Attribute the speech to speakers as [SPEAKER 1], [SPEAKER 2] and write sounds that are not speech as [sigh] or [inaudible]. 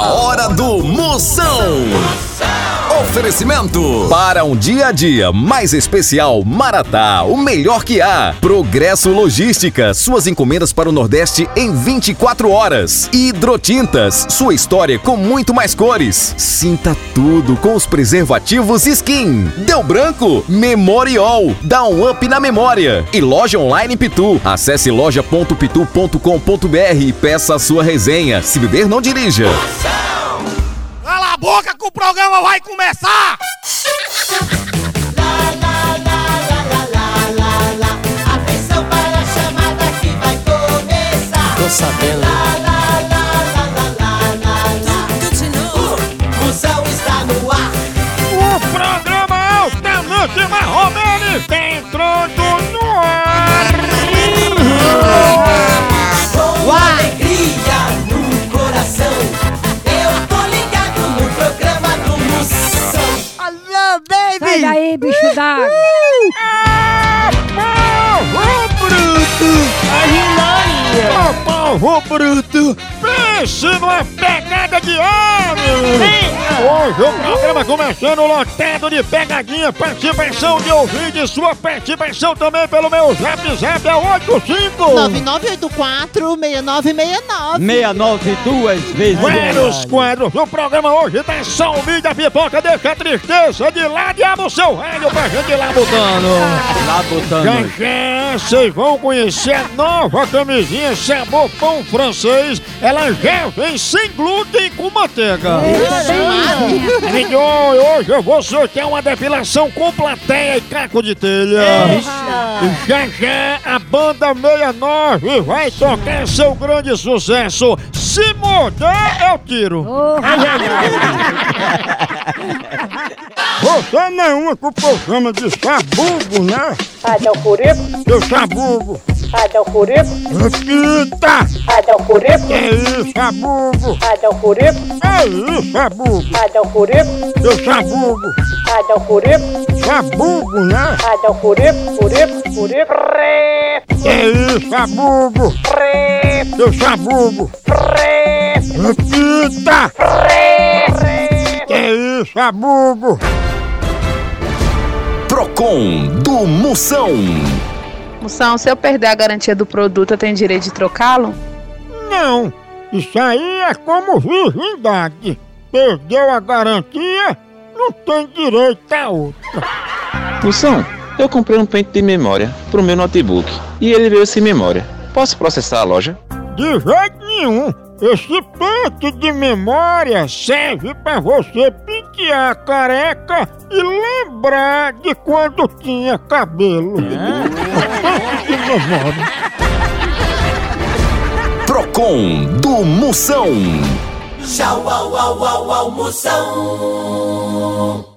[SPEAKER 1] Babado Moção. Oferecimento para um dia a dia mais especial Maratá, o melhor que há. Progresso Logística, suas encomendas para o Nordeste em 24 horas. Hidrotintas, sua história com muito mais cores. Sinta tudo com os preservativos Skin. Deu branco? Memorial, dá um up na memória. E loja online Pitu. Acesse loja.pitu.com.br e peça a sua resenha. Se beber, não dirija.
[SPEAKER 2] Cala a boca que o programa vai começar!
[SPEAKER 3] Atenção para a chamada que vai começar.
[SPEAKER 4] Tô sabendo.
[SPEAKER 3] Moção Uh, está no ar.
[SPEAKER 2] O programa é Altanância Marromani está entrando no ar!
[SPEAKER 3] Com alegria no coração. Eu tô ligado no programa do Moção.
[SPEAKER 5] Sai daí, bicho d'água.
[SPEAKER 2] Pau bruto! Ô pau bruto! Pense numa é pegada de homem! Hoje o programa começando lotado de pegadinha, participação de ouvinte, sua participação também pelo meu zap zap é 85!
[SPEAKER 6] 9984-6969.
[SPEAKER 4] 69 duas vezes.
[SPEAKER 2] Vários quadros, o programa hoje tá só o vídeo da pipoca, deixa a tristeza de lado e abre o seu rádio pra gente ir lá mudando.
[SPEAKER 4] Lá
[SPEAKER 2] Já
[SPEAKER 4] botando.
[SPEAKER 2] já vocês vão conhecer a nova camisinha Sabor Pão Francês. Ela já vem sem glúten e com manteiga. Amiguinho, hoje eu vou sortear uma depilação com plateia e caco de telha. E Já já a banda 69 vai tocar seu grande sucesso. Se morder, eu tiro. Você não é uma que o povo chama de sabugo, né?
[SPEAKER 7] Cadê o Curico?
[SPEAKER 2] Seu sabugo.
[SPEAKER 7] Cadê o Curico?
[SPEAKER 2] Repita!
[SPEAKER 7] Cadê o Curico?
[SPEAKER 2] É isso, sabugo!
[SPEAKER 7] Cadê o Curico?
[SPEAKER 2] É isso, sabugo!
[SPEAKER 7] Cadê o Curico?
[SPEAKER 2] Seu sabugo!
[SPEAKER 7] Cadê o Curico?
[SPEAKER 2] Sabugo, né?
[SPEAKER 7] Cadê o Curico? Curico, Curico. Pré,
[SPEAKER 2] É isso, sabugo!
[SPEAKER 7] pré,
[SPEAKER 2] Seu sabugo!
[SPEAKER 7] pré,
[SPEAKER 2] Repita!
[SPEAKER 7] pré, pré.
[SPEAKER 2] É isso, sabugo!
[SPEAKER 1] Procon do Moção.
[SPEAKER 8] Moção, se eu perder a garantia do produto, eu tenho direito de trocá-lo?
[SPEAKER 2] Não! Isso aí é como virgindade. Perdeu a garantia, não tem direito a outra.
[SPEAKER 9] Moção, eu comprei um pente de memória pro meu notebook e ele veio sem memória. Posso processar a loja?
[SPEAKER 2] De jeito nenhum. Esse pente de memória serve para você pentear a careca e lembrar de quando tinha cabelo. Pente [laughs] de memória.
[SPEAKER 1] Procon do Moção.
[SPEAKER 3] Tchau, au, au, au, au, Moção.